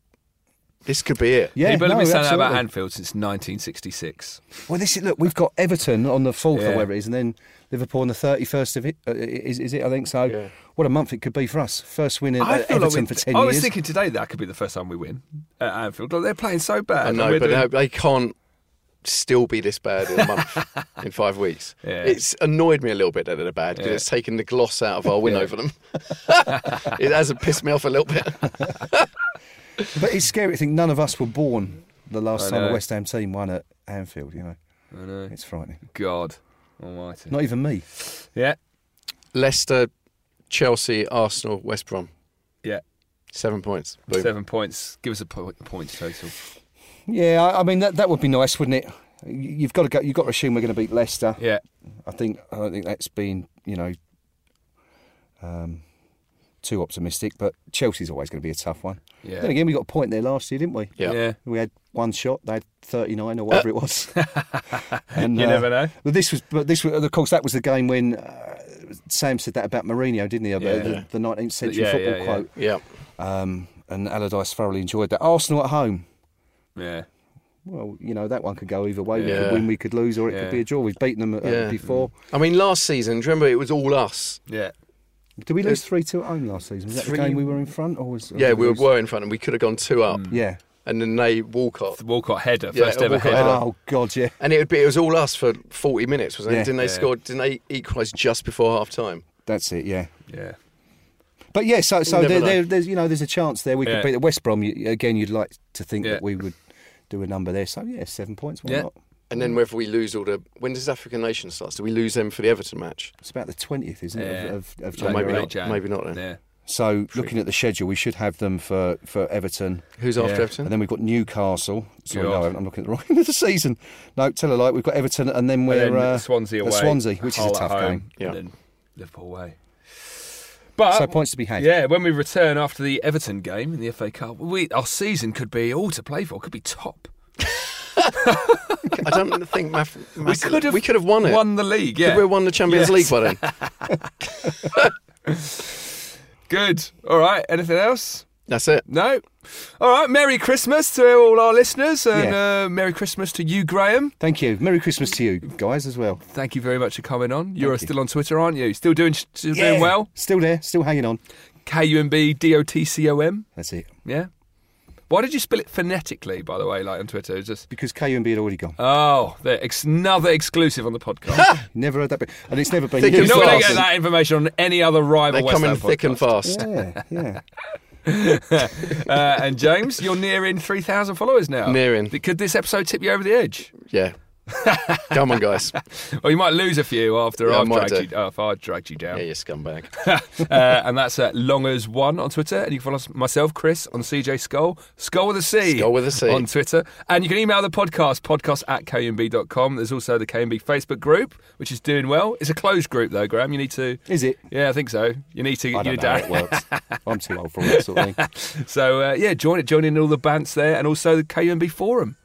S5: This could be it.
S6: yeah,
S4: People have
S6: no,
S4: been saying that about
S6: absolutely.
S4: Anfield since 1966.
S6: Well, this is look. We've got Everton on the fourth,
S4: Yeah.
S6: or whatever it is, and then Liverpool on the thirty-first of it. Uh, is, is it? I think so.
S5: Yeah.
S6: What a month it could be for us. First win in
S4: I
S6: at
S4: feel
S6: Everton
S4: like we-
S6: for ten
S4: I
S6: years.
S4: was thinking today that could be the first time we win at Anfield. Like, they're playing so bad.
S5: I
S4: and
S5: know,
S4: we're
S5: but
S4: doing-
S5: no, they can't still be this bad in a month, in five weeks.
S4: Yeah.
S5: It's annoyed me a little bit that they're bad because
S4: Yeah.
S5: it's taken the gloss out of our win over them. it has pissed me off a little bit.
S6: But it's scary to think none of us were born the last
S4: I
S6: time
S4: know.
S6: a West Ham team won at Anfield. You know,
S4: I know.
S6: it's frightening.
S4: God almighty.
S6: Not even me.
S4: yeah.
S5: Leicester, Chelsea, Arsenal, West Brom.
S4: Yeah.
S5: Seven points. Boom.
S4: Seven points. Give us a po- points total.
S6: Yeah, I, I mean that that would be nice, wouldn't it? You- You've got to go, you've got to assume we're going to beat Leicester.
S4: Yeah.
S6: I think I don't think that's been you know um, too optimistic, but Chelsea's always going to be a tough one.
S4: Yeah.
S6: Then again, we got a point there last year, didn't we?
S5: Yeah.
S4: Yeah.
S6: We had one shot. They had thirty-nine or whatever it was. and,
S4: Uh. You
S6: uh,
S4: never know.
S6: But this was, but this was, of course, that was the game when uh, Sam said that about Mourinho, didn't he? About
S4: Yeah.
S6: the nineteenth century
S4: Yeah,
S6: football
S4: yeah, yeah.
S6: quote.
S5: Yeah.
S6: Um, and Allardyce thoroughly enjoyed that. Arsenal at home.
S4: Yeah.
S6: Well, you know that one could go either way. We could
S5: Yeah.
S6: win, we could lose, or it
S4: Yeah.
S6: could be a draw. We've beaten them uh,
S5: Yeah.
S6: before.
S5: I mean, last season, do you remember it was all us?
S4: Yeah.
S6: Did we lose three two at home last season? Was that
S5: Three-
S6: the game we were in front, or was or
S4: Mm-hmm.
S5: Yeah,
S6: did
S5: we
S6: lose-
S4: Mm.
S5: were in front and we could have gone two up.
S6: Yeah,
S5: and then they Walcott.
S4: The Walcott header,
S5: Yeah,
S4: first
S5: a
S4: ever
S5: Walcott
S4: header.
S5: header.
S6: Oh God, yeah.
S5: And it would be it was all us for 40 minutes, wasn't it?
S6: Yeah.
S5: Didn't they
S4: Yeah.
S5: score? Didn't they equalise just before half time?
S6: That's it. Yeah.
S4: Yeah.
S6: But yeah, so so
S5: never
S6: there,
S5: know.
S6: there, there's you know there's a chance there we
S4: Yeah.
S6: could beat the West Brom you, again. You'd like to think
S4: Yeah.
S6: that we would do a number there. So yeah, seven points. Why
S4: Yeah.
S6: not?
S5: And
S4: Mm.
S5: then whether we lose all the when does African Nation start? Do we lose them for the Everton match?
S6: It's about the twentieth, isn't it?
S4: Yeah.
S6: Of, of, of
S4: So
S5: Or maybe
S6: January.
S4: late
S5: not.
S4: Jan.
S5: Maybe not then.
S4: Yeah.
S6: So looking at the schedule, we should have them for for Everton,
S5: Who's after
S4: Yeah.
S5: Everton?
S6: and then we've got Newcastle. Sorry, no,
S4: God.
S6: I haven't- I'm looking at the wrong end of the season. No, tell a lie. We've got Everton, and then we're
S4: and then
S6: uh,
S4: Swansea
S6: uh,
S4: away.
S6: Swansea, which is a
S4: Hull at
S6: tough
S4: home,
S6: game.
S5: Yeah.
S4: And then Liverpool away. But
S6: so points to be had.
S4: Uh, yeah, when we return after the Everton game in the FA Cup, we our season could be all to play for. Could be top.
S5: I don't think Math-
S4: We
S5: Math-
S4: could have
S5: we could have won it.
S4: Won the league.
S5: Could
S4: Yeah.
S5: we have won the Champions
S4: Yes.
S5: League by then?
S4: Good. All right. Anything else?
S5: That's it.
S4: No. All right. Merry Christmas to all our listeners, and
S6: Yeah.
S4: uh, Merry Christmas to you, Graham.
S6: Thank you. Merry Christmas to you guys as well.
S4: Thank you very much for coming on. You're still on Twitter, aren't you? Still doing, still doing well.
S6: Still there. Still hanging on.
S4: KUMB D O T C O M.
S6: That's it.
S4: Yeah. Why did you spell it phonetically, by the way, like on Twitter? It's just
S6: Because KUMB had already gone.
S4: oh, there, ex- another exclusive on the podcast.
S6: Never heard that, be- and it's never been.
S5: Think
S4: You're
S6: used.
S4: not
S5: It's
S4: going to
S5: awesome.
S4: get that information on any other rival.
S5: They
S4: West
S5: come in
S4: Ham
S5: thick and
S4: podcast.
S5: fast.
S6: Yeah, yeah.
S4: Uh, and James, you're nearing three thousand followers now.
S5: Nearing.
S4: Could this episode tip you over the edge?
S5: Yeah. Come on, guys.
S4: Or you might lose a few after
S5: Yeah, I
S4: I've
S5: might
S4: dragged
S5: do.
S4: you, after I've dragged you down.
S5: Yeah, you scumbag.
S4: uh, and that's at Longers1 on Twitter. And you can follow us- myself, Chris, on CJ Skull, Skull with a C.
S5: Skull with a C.
S4: On Twitter. And you can email the podcast, podcast at kmb.com. There's also the KMB Facebook group, which is doing well. It's a closed group, though, Graham. You need to.
S6: Is it?
S4: Yeah, I think so. You need to.
S6: I
S4: you
S6: don't know how it works. I'm too old for all that sort of thing.
S4: So, uh, yeah, join it. Join in all the bants there. And also the KMB forum,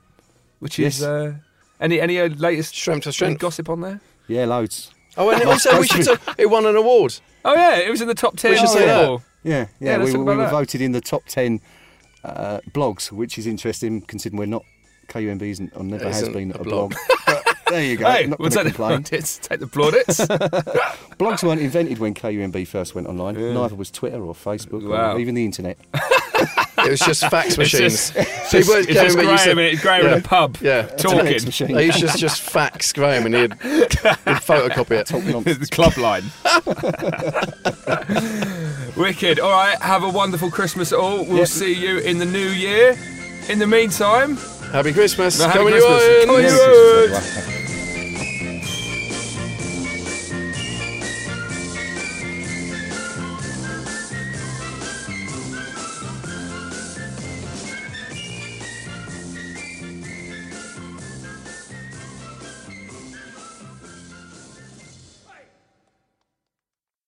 S4: which is.
S6: Yes.
S4: Uh, any any uh, latest
S5: Strength to
S4: any
S5: strength.
S4: gossip on there?
S6: Yeah, loads.
S5: Oh, and also we should. Talk, it won an award.
S4: Oh yeah, it was in the top ten.
S5: We should
S4: Oh,
S5: say
S4: yeah.
S5: that.
S6: Yeah,
S4: Yeah,
S6: yeah.
S4: let's
S6: we
S4: talk
S6: we
S4: about
S6: were
S4: that.
S6: voted in the top ten uh, blogs, which is interesting considering we're not KUMB isn't or never has
S5: Isn't
S6: been
S5: a
S6: a
S5: blog.
S6: blog. But there you go.
S4: Hey,
S6: not
S4: we'll
S6: gonna
S4: take the
S6: complain.
S4: plaudits. Take the plaudits.
S6: Blogs weren't invented when KUMB first went online. Neither was Twitter or Facebook
S4: Wow.
S6: or even the internet.
S5: It was just fax machines.
S4: It's just, it's
S5: weren't
S4: just, it's just
S5: going, but you
S4: Graham,
S5: said-
S4: in- Graham in
S5: yeah.
S4: a pub
S5: Yeah.
S6: Fax
S4: talking.
S6: machine.
S5: They used to just fax Graham and he'd, he'd photocopy it.
S4: the
S6: Nonsense.
S4: club line. Wicked. All right, have a wonderful Christmas all. We'll see you in the new year. In the meantime,
S5: Happy Christmas.
S4: Happy
S5: Come on, you
S4: Christmas.
S5: Irons.
S4: Come on, you
S6: Yes, yes, yes, everyone.